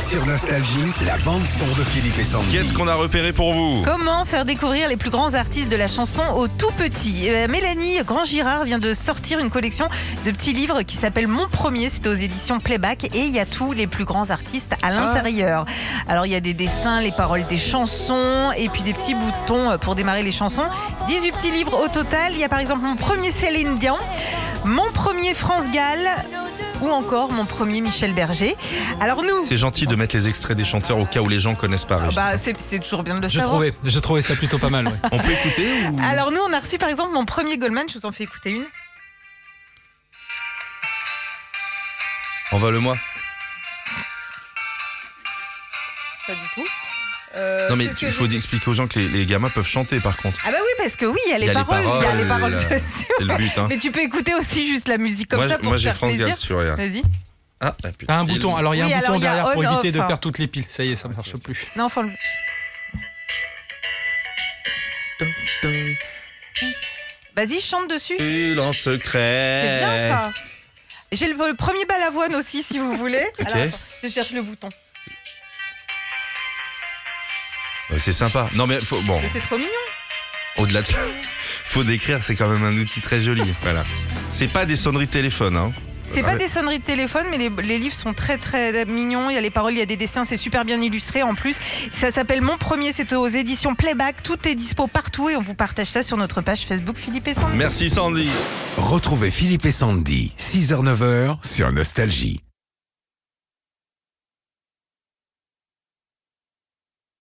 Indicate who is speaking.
Speaker 1: Sur Nostalgie, la bande-son de Philippe et Sandy.
Speaker 2: Qu'est-ce qu'on a repéré pour vous
Speaker 3: Comment faire découvrir les plus grands artistes de la chanson aux tout petits Euh, Mélanie Grand-Girard vient de sortir une collection de petits livres qui s'appelle Mon Premier. C'est aux éditions Playback et il y a tous les plus grands artistes à l'intérieur. Alors il y a des dessins, les paroles des chansons et puis des petits boutons euh, pour démarrer les chansons. 18 petits livres au total. Il y a par exemple Mon Premier Céline Dion, Mon Premier France Gall ou encore Mon Premier Michel Berger. Alors nous...
Speaker 2: C'est gentil de mettre les extraits des chanteurs au cas où les gens connaissent pas.
Speaker 3: Ah
Speaker 2: Régis.
Speaker 3: bah, c'est c'est toujours bien de le
Speaker 4: Je
Speaker 3: savoir.
Speaker 4: trouvais, je trouvais ça plutôt pas mal. ouais.
Speaker 2: On peut écouter ou...
Speaker 3: Alors nous, on a reçu par exemple mon premier Goldman, je vous en fais écouter une.
Speaker 2: Envoie-le-moi.
Speaker 3: Euh, Pas du tout. Euh,
Speaker 2: Non mais il faut expliquer aux gens que les, les gamins peuvent chanter par contre.
Speaker 3: Ah bah oui, parce que oui, il y a les paroles, il y a les paroles
Speaker 2: là.
Speaker 3: dessus.
Speaker 2: C'est le but. Hein.
Speaker 3: Mais tu peux écouter aussi juste la musique comme
Speaker 2: moi
Speaker 3: ça
Speaker 2: j'-
Speaker 3: pour
Speaker 2: moi,
Speaker 3: te
Speaker 2: j'ai
Speaker 3: faire
Speaker 2: France Gall
Speaker 3: plaisir.
Speaker 2: sur rien.
Speaker 3: Vas-y.
Speaker 2: Ah, la putain.
Speaker 4: T'as un
Speaker 2: Il-
Speaker 4: bouton, hein. alors il y a
Speaker 3: Oui,
Speaker 4: un
Speaker 3: alors,
Speaker 4: bouton
Speaker 3: il y a
Speaker 4: derrière pour
Speaker 3: on,
Speaker 4: éviter de
Speaker 3: off.
Speaker 4: perdre toutes les piles. Ça y est, ça ne marche plus.
Speaker 3: Non, enfin, le- vas-y, chante dessus.
Speaker 2: Il en secret.
Speaker 3: C'est bien ça. J'ai le, le premier balavoine aussi, si vous voulez.
Speaker 2: Ok.
Speaker 3: Alors, attends, je cherche le bouton.
Speaker 2: Ouais, C'est sympa. Non mais faut, bon,
Speaker 3: Mais c'est trop mignon.
Speaker 2: au-delà de ça, faut décrire, c'est quand même un outil très joli. Voilà. C'est pas des sonneries de téléphone. Hein.
Speaker 3: C'est
Speaker 2: Ouais.
Speaker 3: pas des sonneries de téléphone, mais les, les livres sont très très mignons. Il y a les paroles, il y a des dessins, c'est super bien illustré en plus. Ça s'appelle Mon Premier, c'est aux éditions Playback. Tout est dispo partout et on vous partage ça sur notre page Facebook Philippe et Sandy.
Speaker 2: Merci Sandy.
Speaker 1: Retrouvez Philippe et Sandy, 6h-9h sur Nostalgie.